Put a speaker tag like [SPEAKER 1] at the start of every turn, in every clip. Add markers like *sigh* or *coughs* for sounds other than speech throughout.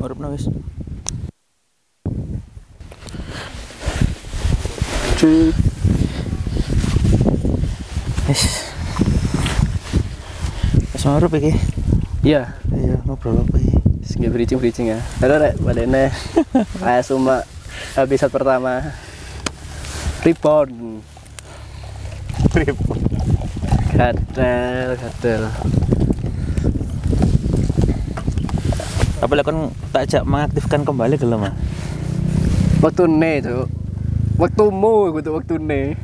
[SPEAKER 1] Marupna wis.
[SPEAKER 2] Cuk.
[SPEAKER 1] Wis. Wis marup iki.
[SPEAKER 2] Iya,
[SPEAKER 1] Iya, ngobrol apa iki?
[SPEAKER 2] segi bridging-bridging ya. Halo Rek, badene. Aya Suma episode pertama. Reborn. Gatel, gatel.
[SPEAKER 1] Apa lah kon tak ajak mengaktifkan kembali gelem ah.
[SPEAKER 2] Wektune, Cuk. Wektumu iku tuh wektune.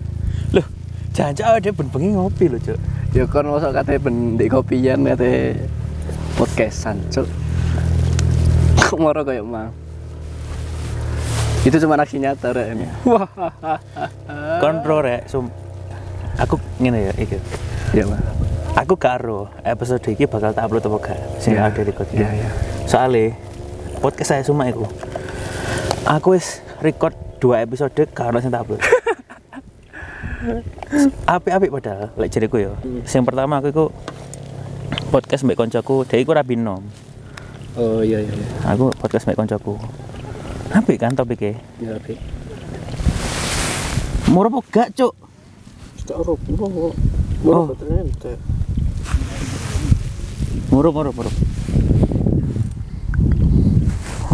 [SPEAKER 1] Loh, jangan-jangan ada ben bengi ngopi lho, Cuk.
[SPEAKER 2] Ya kon mosok kate bendek kopian kate podcastan, Cuk. Kok moro kayak mang. Itu cuma aksi nyata Rek. ini.
[SPEAKER 1] Kontrol rek, sum. Aku ngene ya iki.
[SPEAKER 2] Iya, Bang.
[SPEAKER 1] Aku gak ero episode iki bakal tak upload apa gak sing
[SPEAKER 2] Iya.
[SPEAKER 1] ada record.
[SPEAKER 2] Iya, iya.
[SPEAKER 1] Soale podcast saya semua iku. Aku wis record dua episode gak ono sing tak *laughs* upload. Apik-apik padahal lek jeriku ya. Sing pertama aku iku podcast mbek koncoku, dhek iku rabi nom.
[SPEAKER 2] Oh, iya iya. iya.
[SPEAKER 1] Aku podcast mbek koncoku. Apik kan topiknya?
[SPEAKER 2] Iya, Rek.
[SPEAKER 1] Murah apa gak, Cuk? Oh. Murup, murup, murup.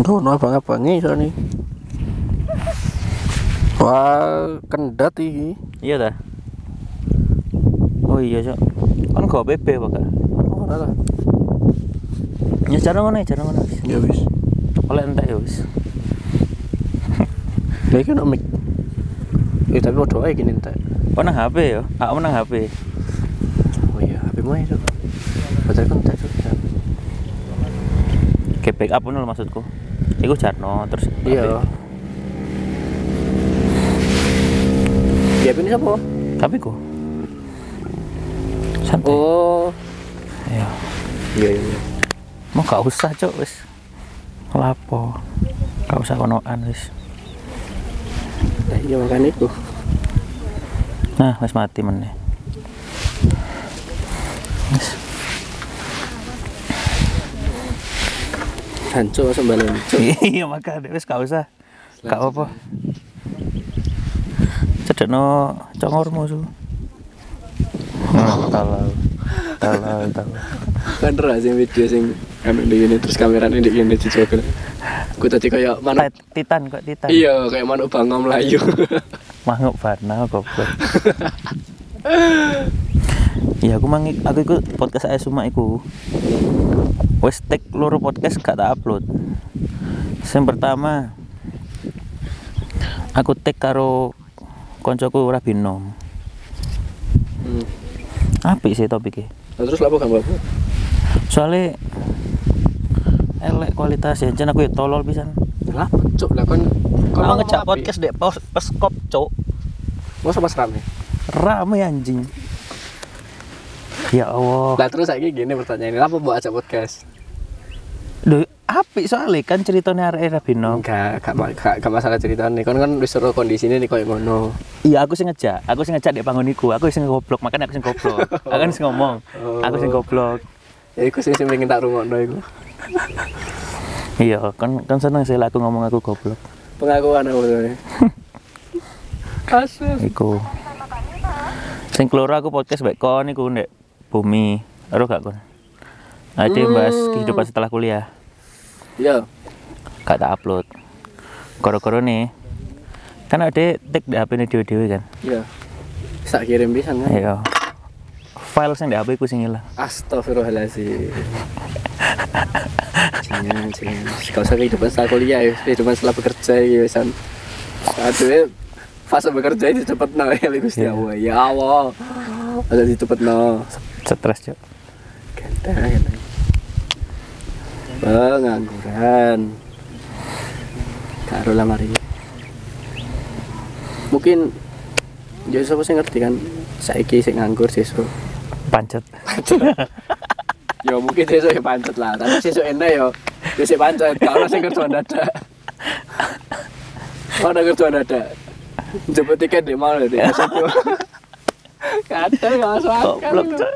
[SPEAKER 2] Tuh, no abang-abangnya iso nih. Wah, kendat iki.
[SPEAKER 1] Iya ta? Oh iya, Cok. Kan gak PP apa gak?
[SPEAKER 2] Ora Oh, lah.
[SPEAKER 1] Ya jarang ngono, ya, jarang ngono. wis.
[SPEAKER 2] Ya wis.
[SPEAKER 1] Oleh entek ya wis.
[SPEAKER 2] Lah iki ono mic. Eh, tapi waduh ae gini entek.
[SPEAKER 1] Oh nang HP ya. Aku nang HP.
[SPEAKER 2] Oh iya, HP mu ae, Cuk. Baterai kan entek, Cuk.
[SPEAKER 1] Ke backup ngono lho maksudku. Iku jarno terus.
[SPEAKER 2] Iya. Ya ini siapa?
[SPEAKER 1] Tapi ku. Santai.
[SPEAKER 2] Oh.
[SPEAKER 1] Iya.
[SPEAKER 2] Iya, iya, iya.
[SPEAKER 1] Mau gak usah, Cok, wis. Lapo. Gak usah konoan wis.
[SPEAKER 2] Nah, iya makanya itu.
[SPEAKER 1] Nah, wis mati meneh. Wis. *laughs*
[SPEAKER 2] Hancur sembalan.
[SPEAKER 1] iya makanya wis gak usah gak apa cedekno congormu su talau talau talau
[SPEAKER 2] kan ra sing video sing kami di gini terus kamera ini di gini dicokel aku tadi kayak mana
[SPEAKER 1] Tit- titan kok titan
[SPEAKER 2] iya kayak manuk iya. bangau melayu
[SPEAKER 1] manguk bana goblok *laughs* ya aku mangi aku ikut podcast saya semua iku wes tek loro podcast gak tak upload yang pertama aku tek karo koncoku Rabinom
[SPEAKER 2] hmm.
[SPEAKER 1] apik sih topiknya
[SPEAKER 2] Nah, terus lapo gambar apa
[SPEAKER 1] soalnya elek kualitas ya Jan aku ya tolol pisan
[SPEAKER 2] lapo cok lah kan
[SPEAKER 1] kalau ngejak podcast dek pos peskop cok
[SPEAKER 2] mau sama serame
[SPEAKER 1] rame anjing ya allah
[SPEAKER 2] lah terus lagi gini pertanyaan ini lapo mau ajak podcast
[SPEAKER 1] Duh, apik soalnya kan ceritanya arek Rabino
[SPEAKER 2] enggak gak, ma- gak, gak masalah cerita nih kan kan disuruh kondisi ini kayak ngono
[SPEAKER 1] iya aku sih ngejak aku sih ngejak dek pangoniku aku sih goblok makanya aku sih goblok aku sih ngomong aku sih goblok
[SPEAKER 2] ya iku sih sing pengen tak rungokno iku
[SPEAKER 1] iya kan kan seneng sih lah aku ngomong aku goblok
[SPEAKER 2] pengakuan aku tuh kasus
[SPEAKER 1] iku sing keloro aku podcast baik kon iku ndek bumi ero gak kon ada yang bahas kehidupan setelah kuliah
[SPEAKER 2] iya
[SPEAKER 1] gak tak upload koro-koro nih kan ada tik di HP ini dewe-dewe kan
[SPEAKER 2] iya bisa kirim bisa kan
[SPEAKER 1] ayo file yang di HP ku sing ilang
[SPEAKER 2] Astagfirullahaladzim Jangan, jangan Gak usah kehidupan setelah kuliah ya Kehidupan setelah bekerja ya San. Aduh ya Fase bekerja itu cepet no ya Liku
[SPEAKER 1] Iya.
[SPEAKER 2] Allah Ya Allah Ada di cepet no
[SPEAKER 1] stres cok
[SPEAKER 2] Ganteng, ya, ganteng. Pengangguran Karo lah mari Mungkin Ya siapa sih ngerti kan Saiki sing nganggur sesuk
[SPEAKER 1] pancet
[SPEAKER 2] Ya mungkin sesuk ya pancet lah, tapi sesuk enak ya. Ya sik pancet, gak ono sing kerjaan dadak. Ono kerjaan dadak. Jemput tiket di mall di situ. Kadang gak masuk akal.
[SPEAKER 1] goblok
[SPEAKER 2] lho.
[SPEAKER 1] cok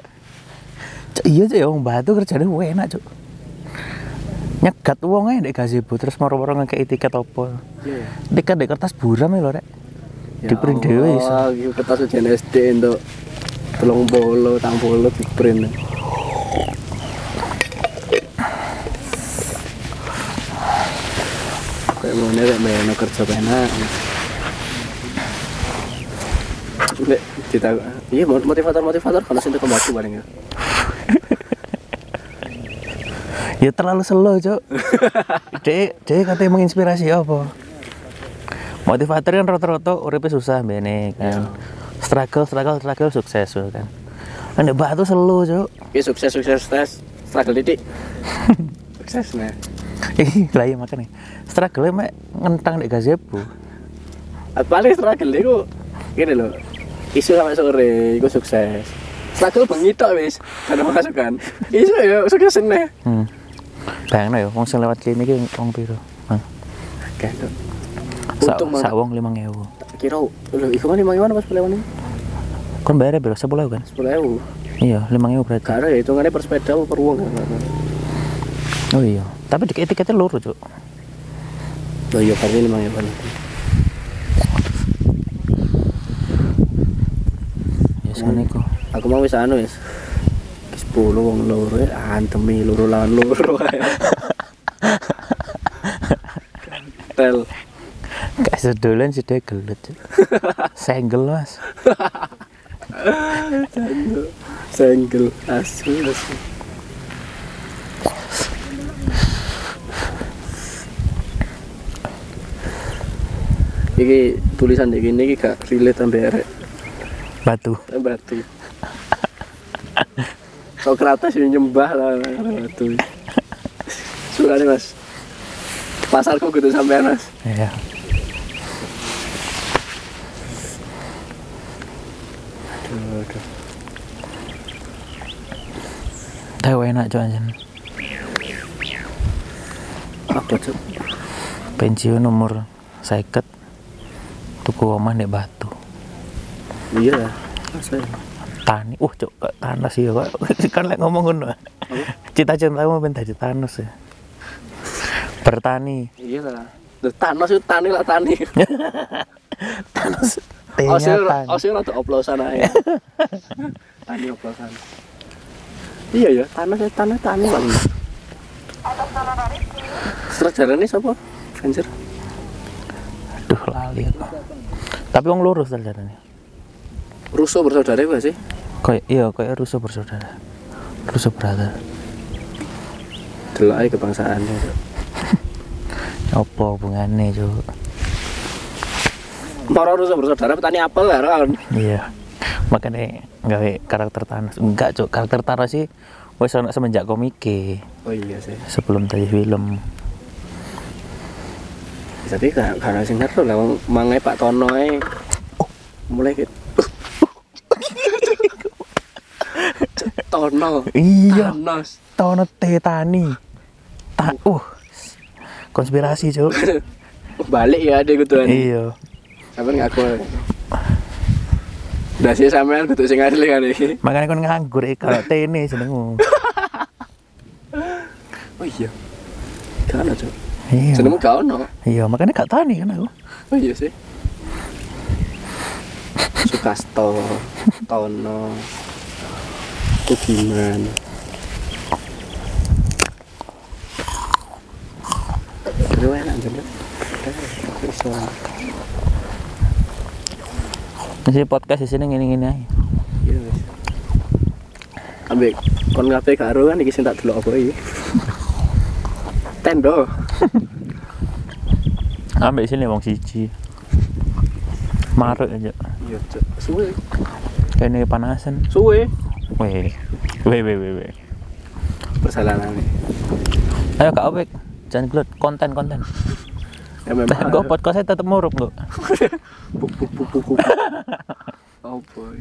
[SPEAKER 1] Cok, iya cok ya wong batu kerjanya wah enak cok nyegat uang aja di gazebo terus moro-moro ngekei tiket apa
[SPEAKER 2] Iya.
[SPEAKER 1] tiket di kertas buram ya lho rek
[SPEAKER 2] Ya
[SPEAKER 1] di print dewe iso.
[SPEAKER 2] Allah, iki kertas ujian SD untuk telung bolo, tang bolo di print. Kayak mana kayak bayar kerja penak. Lek kita iya motivator motivator kalau sih itu kembali bareng ya.
[SPEAKER 1] ya terlalu slow cok dek dek katanya menginspirasi apa motivator kan roto-roto uripnya susah bene kan struggle struggle struggle sukses yo kan Anda batu slow cok
[SPEAKER 2] Iya sukses sukses tes struggle titik. sukses nah. nih.
[SPEAKER 1] ih *laughs* lah iya makanya struggle mek ngentang di gazebo
[SPEAKER 2] paling struggle itu gini loh isu sampai sore itu sukses struggle bengi tok wis karena masukan isu ya sukses seneng
[SPEAKER 1] hmm. bayangin ya wong sing lewat klinik iki wong piro Hah?
[SPEAKER 2] kayak tuh
[SPEAKER 1] Sa-
[SPEAKER 2] untung
[SPEAKER 1] sak
[SPEAKER 2] banget
[SPEAKER 1] wong 5000
[SPEAKER 2] kira lho iku kan lima gimana pas sepuluh ini
[SPEAKER 1] kon bayarnya piro 10000 kan
[SPEAKER 2] sepuluh ewu
[SPEAKER 1] iya 5000 berarti
[SPEAKER 2] karena ya hitungannya per sepeda apa per uang kan
[SPEAKER 1] oh iya tapi di tiketnya loro cok
[SPEAKER 2] loh iya pasti lima ewu itu
[SPEAKER 1] ya sana iku
[SPEAKER 2] aku mau wis anu wis sepuluh wong loro ya antemi loro lawan
[SPEAKER 1] *laughs*
[SPEAKER 2] loro ayo. tel
[SPEAKER 1] Kayak sedolan sih dia gelut Cuk. Senggel mas
[SPEAKER 2] single asu asu iki tulisan iki ini gak relate sampe arek
[SPEAKER 1] Batu
[SPEAKER 2] sampe batu Sokrates yang nyembah lah arek batu suka nih mas pasarku gitu sampe mas
[SPEAKER 1] Ya Tahu enak cok anjen
[SPEAKER 2] apa tuh
[SPEAKER 1] Pensiun umur seket Tuku omah di batu
[SPEAKER 2] iya lah Masa ya?
[SPEAKER 1] Tani Uh cok kok Thanos ya *laughs* kok Kan lek ngomong ngono Cita-cita mau pengen jadi Thanos ya Bertani
[SPEAKER 2] iya lah Loh, Thanos itu tani lah tani
[SPEAKER 1] Thanos
[SPEAKER 2] Osir,
[SPEAKER 1] T-nya Tani
[SPEAKER 2] Osir atau oplosan *laughs* aja. tani oplosan. Iya ya, tanah saya tanah tani bang. Sejarah ini siapa? Anjir.
[SPEAKER 1] Aduh lali aku iya. Tapi wong lurus ternyata nih
[SPEAKER 2] Russo bersaudara gak sih?
[SPEAKER 1] Kayak iya kayak rusuh bersaudara. Rusuh brother.
[SPEAKER 2] Delok aja kebangsaannya.
[SPEAKER 1] Apa hubungannya, Cuk?
[SPEAKER 2] Moro Russo bersaudara petani apel lah Ron.
[SPEAKER 1] Iya. Makanya gawe karakter Thanos. Enggak, Cuk. Karakter Thanos sih wis ana semenjak komike
[SPEAKER 2] Oh iya sih.
[SPEAKER 1] sebelum tadi film.
[SPEAKER 2] Tapi gak gak ada sing ngerti lah wong mangai Pak Tono ae. Mulai "Uh, ke Tono.
[SPEAKER 1] Iya,
[SPEAKER 2] Thanos. *laughs*
[SPEAKER 1] Tono Tetani. Ta uh. Konspirasi, Cuk.
[SPEAKER 2] Balik ya dia gitu
[SPEAKER 1] iya.
[SPEAKER 2] Sampeyan ngaku. Lah sih sampean kudu sing asli kan iki.
[SPEAKER 1] Makanya kon nganggur iki kalau tene jenengmu.
[SPEAKER 2] Oh iya. Gak ono, Cuk.
[SPEAKER 1] Iya.
[SPEAKER 2] Jenengmu gak ono.
[SPEAKER 1] Iya, makanya gak tani kan aku.
[SPEAKER 2] Oh iya sih. Sukasto, Tono. Kudiman. Lu enak jeneng. Iso.
[SPEAKER 1] Masih podcast di sini ngene-ngene aja.
[SPEAKER 2] Iya wis. Ambek kon ngape karo kan iki sing tak delok apa iki. Tendo.
[SPEAKER 1] Ambek Nah, sini wong siji. Maruk aja.
[SPEAKER 2] Iya, Cuk. Suwe.
[SPEAKER 1] Kayaknya panasan.
[SPEAKER 2] suwe
[SPEAKER 1] Weh. Weh weh weh weh.
[SPEAKER 2] perjalanan
[SPEAKER 1] Ayo Kak Opik, jangan gelut konten konten.
[SPEAKER 2] ya
[SPEAKER 1] *laughs*
[SPEAKER 2] memang
[SPEAKER 1] Lah gua podcastnya tetep murup kok.
[SPEAKER 2] buk buk buk buk buk. *laughs* oh boy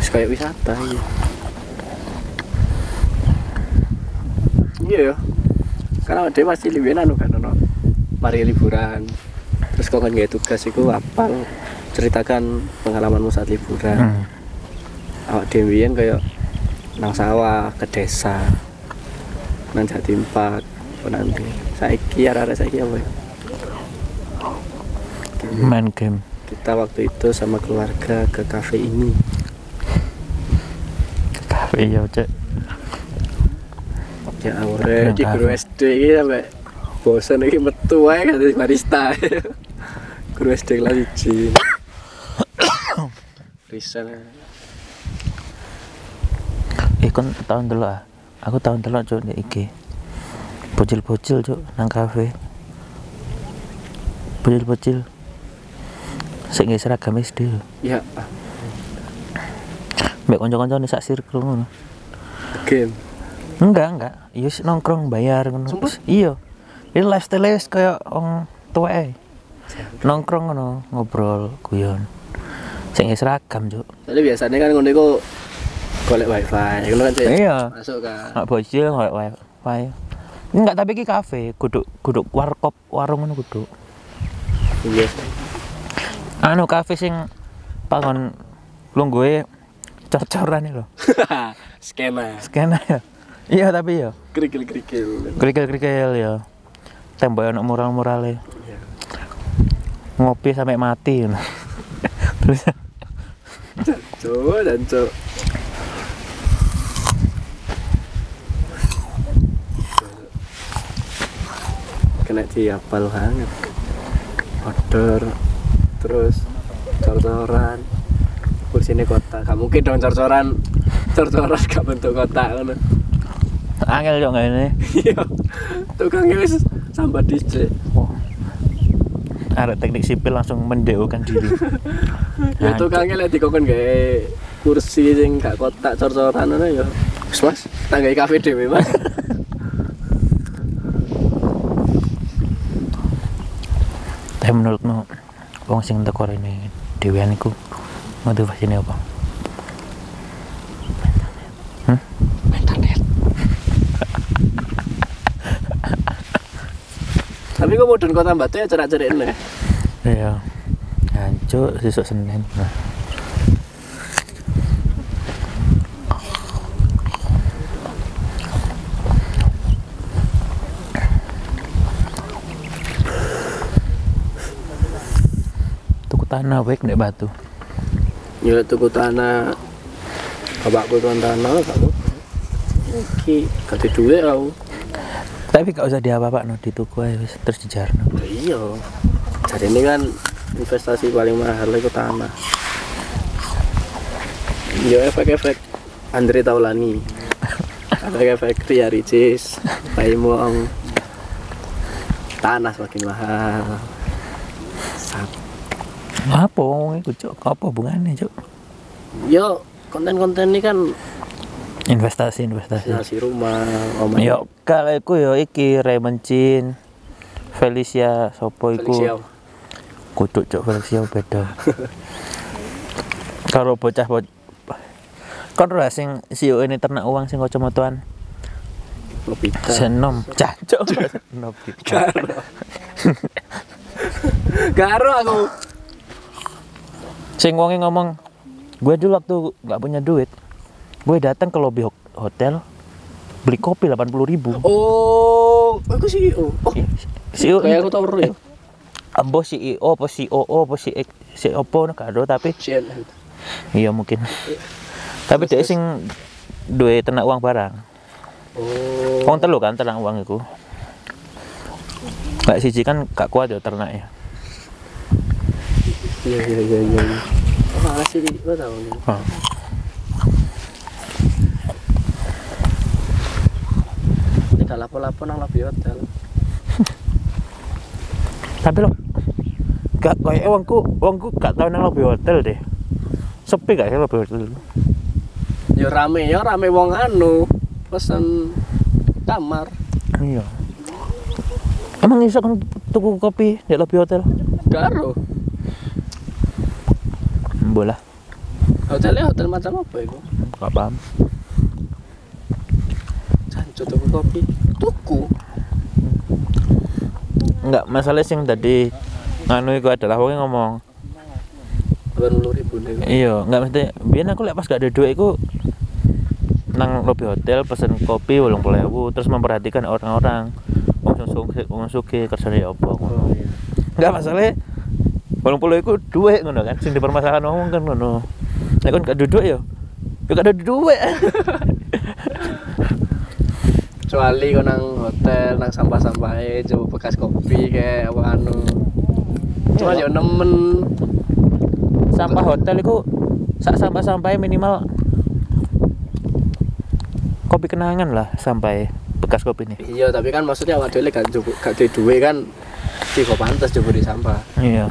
[SPEAKER 2] Terus kayak wisata iya iya ya karena dia pasti lebih enak kan no mari liburan terus kau kan gak tugas itu apa ceritakan pengalamanmu saat liburan
[SPEAKER 1] Hmm.
[SPEAKER 2] awak dewian kayak nang sawah ke desa nang jatim park apa nanti saiki arah saiki apa ya?
[SPEAKER 1] Main game.
[SPEAKER 2] kita waktu itu sama keluarga ke kafe ini
[SPEAKER 1] Tapi iya cek.
[SPEAKER 2] ya aure
[SPEAKER 1] Nang
[SPEAKER 2] di guru
[SPEAKER 1] kafe.
[SPEAKER 2] SD ini sampai bosan ini metu aja kan jadi barista *laughs* guru SD kelas izin Risan
[SPEAKER 1] Eh kon tahun dulu ah. Aku tahun dulu cuk di IG. Bocil-bocil cuk nang kafe. Bocil-bocil. Sing nggih seragam SD lho.
[SPEAKER 2] ya
[SPEAKER 1] Mbek kanca-kancane sak circle ngono.
[SPEAKER 2] game
[SPEAKER 1] Enggak, enggak. Iya sih, nongkrong bayar ngono.
[SPEAKER 2] Sumpah?
[SPEAKER 1] Iya. Ini lifestyle wis kaya wong tuwek. Nongkrong ngono, ngobrol, guyon. Sing nggih seragam cuk.
[SPEAKER 2] Soalnya biasanya kan ngono iku golek wifi, ngono kan Cik?
[SPEAKER 1] Iya.
[SPEAKER 2] Masuk kan.
[SPEAKER 1] Mak bocil nggak wifi. Enggak tapi ki kafe, guduk guduk warkop warung ngono guduk.
[SPEAKER 2] Iya. *laughs*
[SPEAKER 1] Anu kafe sing pangon lungguhe cor-coran lho.
[SPEAKER 2] Skema.
[SPEAKER 1] Skena ya. *laughs* Iya tapi ya.
[SPEAKER 2] Krikil krikil.
[SPEAKER 1] Kerikil-kerikil ya. Tembok ono mural-murale.
[SPEAKER 2] Iya.
[SPEAKER 1] Ngopi sampai mati. ngono. *laughs* Terus
[SPEAKER 2] Cuk dan cuk. Kena diapal banget. Order terus cor-coran kursinya kotak gak mungkin dong cor-coran cor-coran gak bentuk kotak ngono
[SPEAKER 1] angel yo ngene.
[SPEAKER 2] iya tukangnya wis sambat dicek
[SPEAKER 1] Wah. Ada teknik sipil langsung mendeokan diri.
[SPEAKER 2] ya
[SPEAKER 1] Nah,
[SPEAKER 2] tukangnya lagi kok kan gak kursi sing gak kotak cor-coran ngono ya wis mas tanggai kafe dhewe mas
[SPEAKER 1] Tapi Eh, menurutmu wong sing teko rene dhewean iku motivasine apa?
[SPEAKER 2] internet tapi kok mudun kota mbak tuh ya cerak-cerik nih
[SPEAKER 1] Iya. Hancur sesuk Senin. Nah. Tuku tanah wek nek batu.
[SPEAKER 2] ya tuku tanah bapakku tuan tanah kamu oke gak duit aku
[SPEAKER 1] Tapi gak usah diapa-apa no, dituku ae wis terus dijarno.
[SPEAKER 2] Ya iya. Jadi ini kan investasi paling mahal itu tanah. Yo efek-efek Andre Taulani. efek-efek Ria Ricis, Paimong. Tanah semakin mahal. Sat-
[SPEAKER 1] Apa wong iku, Cuk? Apa hubungane, Cuk?
[SPEAKER 2] Yo konten-konten ini kan
[SPEAKER 1] Investasi, investasi.
[SPEAKER 2] nasi rumah, omen.
[SPEAKER 1] Yo, kalau aku yo iki Raymond Chin, Felicia Sopo iku.
[SPEAKER 2] Feliciao.
[SPEAKER 1] Kudu cok Felicia
[SPEAKER 2] *laughs*
[SPEAKER 1] beda. Karo bocah bocah Kon roh sing CEO ini ternak uang sing kacamataan
[SPEAKER 2] Lupita.
[SPEAKER 1] senom cancok senom gitu.
[SPEAKER 2] Garo. Garo aku.
[SPEAKER 1] Sing wonge ngomong, gue dulu waktu nggak punya duit, gue datang ke lobby ho- hotel beli kopi 80.000 ribu.
[SPEAKER 2] Oh, aku sih. Oh, oh.
[SPEAKER 1] CEO
[SPEAKER 2] kayak aku tau ya.
[SPEAKER 1] ambo CEO apa COO apa E- CEO CEO apa gak ada tapi
[SPEAKER 2] CNN.
[SPEAKER 1] Iya mungkin. Tapi dia sing duwe tenak uang barang.
[SPEAKER 2] Oh.
[SPEAKER 1] Wong telu kan tenak uang iku. Kayak siji kan gak kuat ya ternaknya.
[SPEAKER 2] Iya iya iya iya. Oh, asli gua tahu nih.
[SPEAKER 1] Hmm.
[SPEAKER 2] Tidak lapo-lapo nang lobby hotel.
[SPEAKER 1] Tapi lo gak kayak uangku, uangku gak tau nang lobby hotel deh. Sepi gak sih lobby hotel?
[SPEAKER 2] Yo rame yo rame wong anu pesen kamar.
[SPEAKER 1] Iya. Emang iso kan tuku kopi di lobby hotel?
[SPEAKER 2] Garo.
[SPEAKER 1] Bola,
[SPEAKER 2] Hotelnya hotel macam apa itu?
[SPEAKER 1] gak paham.
[SPEAKER 2] Jancu tuku kopi. Tuku.
[SPEAKER 1] Enggak, masalah sing tadi anu iku adalah wong ngomong
[SPEAKER 2] Belum ribu nih.
[SPEAKER 1] iya nggak mesti biar aku lihat pas gak ada duit iku nang lobi hotel pesen kopi bolong pelewu terus memperhatikan orang-orang wong suki wong suki kerjane apa ngono.
[SPEAKER 2] Oh iya.
[SPEAKER 1] nggak masalah bolong puluh iku duit ngono kan sing dipermasalahkan wong kan ngono nek kon gak ada duit yo yo gak ada duit *laughs*
[SPEAKER 2] Kecuali kau nang hotel, nang sampah-sampah aja, coba bekas kopi kayak apa anu. Cuma
[SPEAKER 1] Iya.
[SPEAKER 2] yo nemen.
[SPEAKER 1] sampah hotel itu sak sampah sampai minimal kopi kenangan lah sampai bekas kopi nih
[SPEAKER 2] Iya, tapi kan maksudnya awak dhewe kan coba gak duwe duwe kan iki kok pantes coba di sampah.
[SPEAKER 1] iya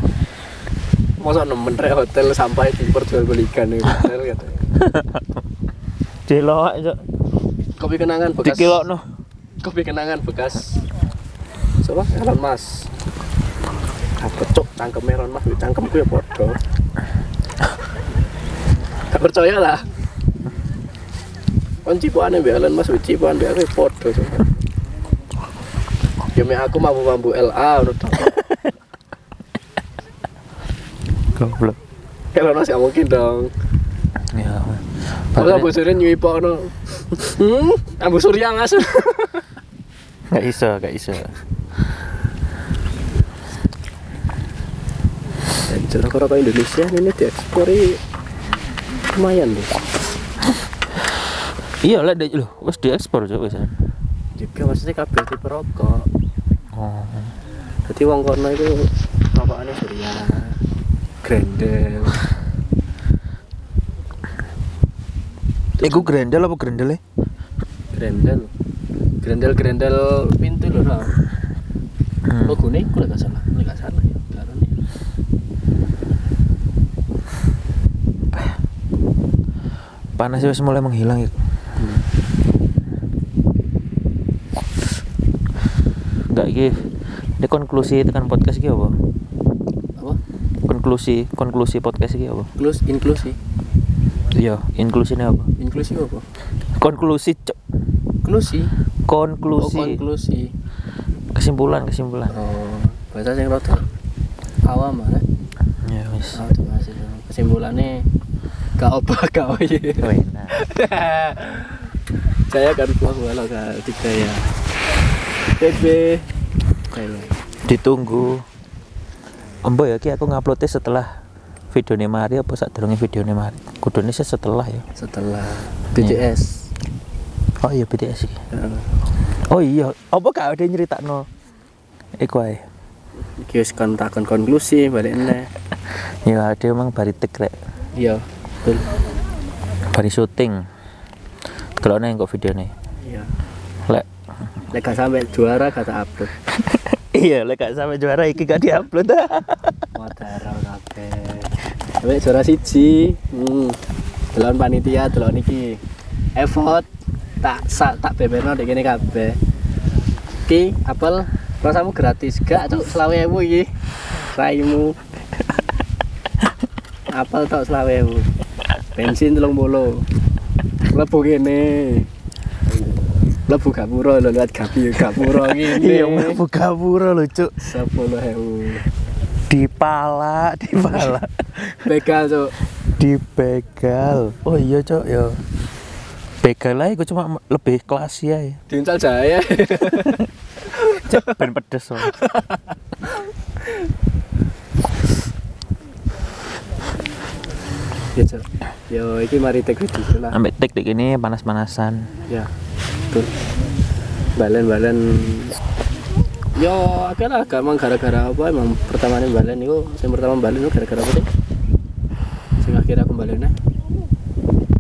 [SPEAKER 2] Masa nemen rek hotel sampah diperjualbelikan di hotel gitu.
[SPEAKER 1] jelok Cok.
[SPEAKER 2] Kopi kenangan bekas.
[SPEAKER 1] dikilokno
[SPEAKER 2] Kopi kenangan bekas. Coba Elon Mas. Apa cok tangkem Elon Mas, duit tangkemku ya bodoh. Gak percaya lah. Kan cipuane mbek Elon Mas, cipuan mbek aku ya bodoh. Cok. Ya mek aku mampu-mampu LA ngono tok.
[SPEAKER 1] goblok
[SPEAKER 2] Elon Mas gak mungkin dong.
[SPEAKER 1] iya
[SPEAKER 2] Kalau Abu Surya nyui pono. Hmm, Abu Surya ngasih.
[SPEAKER 1] gak iso gak iso
[SPEAKER 2] Jalan rokok Indonesia ini diekspor lumayan deh.
[SPEAKER 1] iya lah deh loh wes diekspor Cok, wes ya.
[SPEAKER 2] Juga maksudnya kabel tipe rokok.
[SPEAKER 1] oh
[SPEAKER 2] Jadi wong kono itu rokokannya Surya, Grendel.
[SPEAKER 1] Iku grendel apa grendel
[SPEAKER 2] Grendel. Grendel Grendel pintu loh. Ra.
[SPEAKER 1] Hmm.
[SPEAKER 2] Oh, gune iku lek gak salah, lek gak salah ya. Darane.
[SPEAKER 1] panas wes mulai menghilang ya gak iki ini konklusi tekan podcast iki apa
[SPEAKER 2] Apa?
[SPEAKER 1] konklusi konklusi podcast iki apa
[SPEAKER 2] Klus inklusi.
[SPEAKER 1] iya inklusinya apa
[SPEAKER 2] Inklusi apa?
[SPEAKER 1] konklusi Cok.
[SPEAKER 2] Klusi. Oh,
[SPEAKER 1] konklusi
[SPEAKER 2] konklusi.
[SPEAKER 1] kesimpulan kesimpulan
[SPEAKER 2] Oh, bahasa sing rada awam lah.
[SPEAKER 1] ya wis
[SPEAKER 2] Oh, terima kasih. Kesimpulannya gak apa *laughs* gak oye.
[SPEAKER 1] enak
[SPEAKER 2] *laughs* Saya kan puas walau gak tiga ya. TB.
[SPEAKER 1] ditunggu embo ya ki aku nguploadnya setelah video nih mari apa saat dorongnya video nih mari kudune sih setelah ya
[SPEAKER 2] Setelah BTS.
[SPEAKER 1] oh iya BTS iki
[SPEAKER 2] Heeh.
[SPEAKER 1] oh iya apa gak ada nyerita no iku ae
[SPEAKER 2] Iki wis kon takon konklusi balik neh.
[SPEAKER 1] ya ada emang bari tek rek
[SPEAKER 2] Iya. Betul.
[SPEAKER 1] bari syuting kalau neng kok video nih
[SPEAKER 2] Iya.
[SPEAKER 1] lek
[SPEAKER 2] Lek gak sampe juara kata upload.
[SPEAKER 1] *laughs* iya lek gak sampai juara iki gak diupload
[SPEAKER 2] Modern kabeh. Sampe juara siji. Hmm. Delon panitia, delon iki. Effort tak sak tak beberno dek kene kabeh. Ki, apel rasamu gratis gak cuk selawe ewu iki. Raimu. Apel tok selawe ewu. Bensin 30. Lebu kene. Lebu gapura lho liwat gapi gapura
[SPEAKER 1] *laughs* iya
[SPEAKER 2] ngene.
[SPEAKER 1] buka pura lho cuk
[SPEAKER 2] 10.000.
[SPEAKER 1] dipala dipala
[SPEAKER 2] Begal cuk.
[SPEAKER 1] dibegal oh iya cok ya begal aja gue cuma m- lebih klasi ya
[SPEAKER 2] Diuncal jahe. *laughs*
[SPEAKER 1] cok *laughs* ben pedes loh
[SPEAKER 2] Ya, Cok. Yo, iki mari take video lah.
[SPEAKER 1] ambek tik tik ini panas panasan
[SPEAKER 2] Ya. Betul. Balen-balen Yo, akeh lah gak emang gara-gara apa emang pertamanya balen itu yang pertama balen itu gara-gara apa sih? Sing akhirnya aku balennya.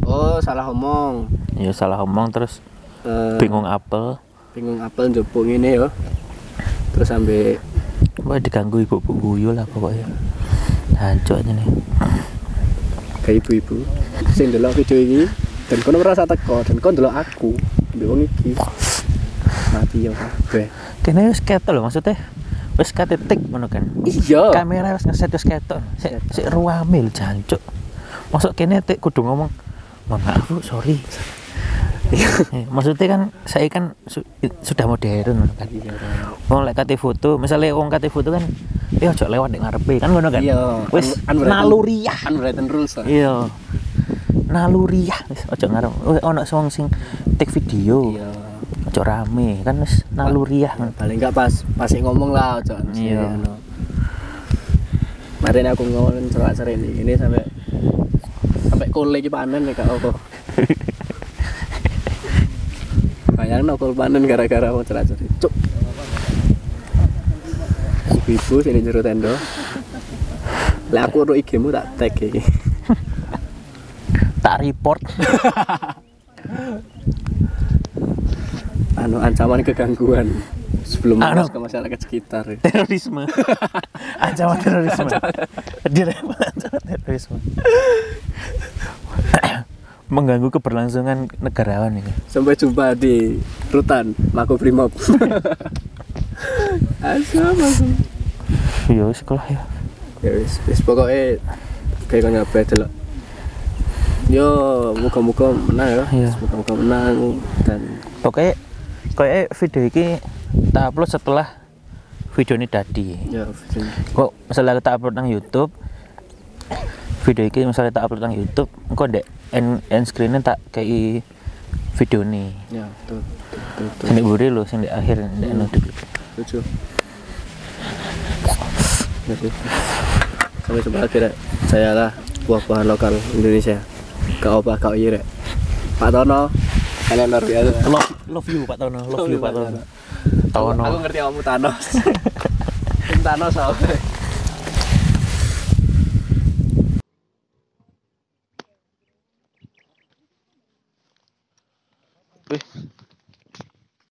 [SPEAKER 2] Oh, salah omong.
[SPEAKER 1] ya salah omong terus
[SPEAKER 2] Eh,
[SPEAKER 1] bingung apel
[SPEAKER 2] bingung apel njupuk ngene yo. Terus sampai
[SPEAKER 1] wah diganggu ibu ibu guyu lah pokoknya hancur aja nih
[SPEAKER 2] ke ibu-ibu. Sing delok video ini dan kono merasa teko dan kono delok aku. Mbek wong iki. Mati yo kabeh.
[SPEAKER 1] kayaknya wis ketok loh maksudnya wis kate tik ngono kan
[SPEAKER 2] Iya.
[SPEAKER 1] kamera wis ngeset wis ketok sik sik ruamil jancuk masuk kene tik kudu ngomong mohon maaf bu
[SPEAKER 2] *laughs*
[SPEAKER 1] sorry Eh, maksudnya kan saya kan su- sudah modern kan
[SPEAKER 2] Iya.
[SPEAKER 1] Wong lek kate foto, misalnya wong kate foto kan ya ojo lewat di ngarepe kan ngono kan
[SPEAKER 2] Iya.
[SPEAKER 1] wis
[SPEAKER 2] Un- unwritten-
[SPEAKER 1] naluriah
[SPEAKER 2] Unwritten rules. lah.
[SPEAKER 1] iya naluriah wis ojo ngarep Wis, ono wong sing take video
[SPEAKER 2] Iya.
[SPEAKER 1] ojo rame kan wis naluriah kan
[SPEAKER 2] Paling enggak pas pasti ngomong lah ojo.
[SPEAKER 1] Iya.
[SPEAKER 2] Mari ini aku ngomongin cerak cerik ini, ini sampai sampai kule iki panen *laughs* nek apa. Bayangin aku panen gara-gara mau cerak cerik. Cuk. Ibu sini jero tenda. Lah aku urut IG-mu tak tag iki.
[SPEAKER 1] tak report
[SPEAKER 2] Anu ancaman kegangguan sebelum
[SPEAKER 1] Anu.
[SPEAKER 2] meluas ke masyarakat sekitar.
[SPEAKER 1] *laughs* terorisme ancaman terorisme dia ancaman terorisme *coughs* mengganggu keberlangsungan negarawan ini
[SPEAKER 2] Sampai jumpa di rutan Mako Brimob. *laughs* Asam asam.
[SPEAKER 1] iya sekolah ya
[SPEAKER 2] Ya wis, wis pokoknya kayak kau nyampe delok. Yo, muka-muka menang ya.
[SPEAKER 1] Iya.
[SPEAKER 2] Muka-muka menang dan
[SPEAKER 1] pokoknya kayak video ini tak upload setelah video ini tadi
[SPEAKER 2] ya video-
[SPEAKER 1] kok misalnya tak upload nang YouTube video ini misalnya tak upload nang YouTube kok dek end, end screennya tak kayak video ini
[SPEAKER 2] ya tuh tuh tuh
[SPEAKER 1] sini buri lo sini akhir sing di anu dulu.
[SPEAKER 2] lucu. Ya, tuh. Sampai jumpa lagi rek. Saya lah buah-buahan lokal Indonesia. Kau apa kau iya rek. Pak Tono, kalian luar biasa.
[SPEAKER 1] love love you Pak Tono love you Pak Tono Tono
[SPEAKER 2] Aku ngerti kamu *laughs* Thanos. Tim Thanos apa?
[SPEAKER 1] Wih,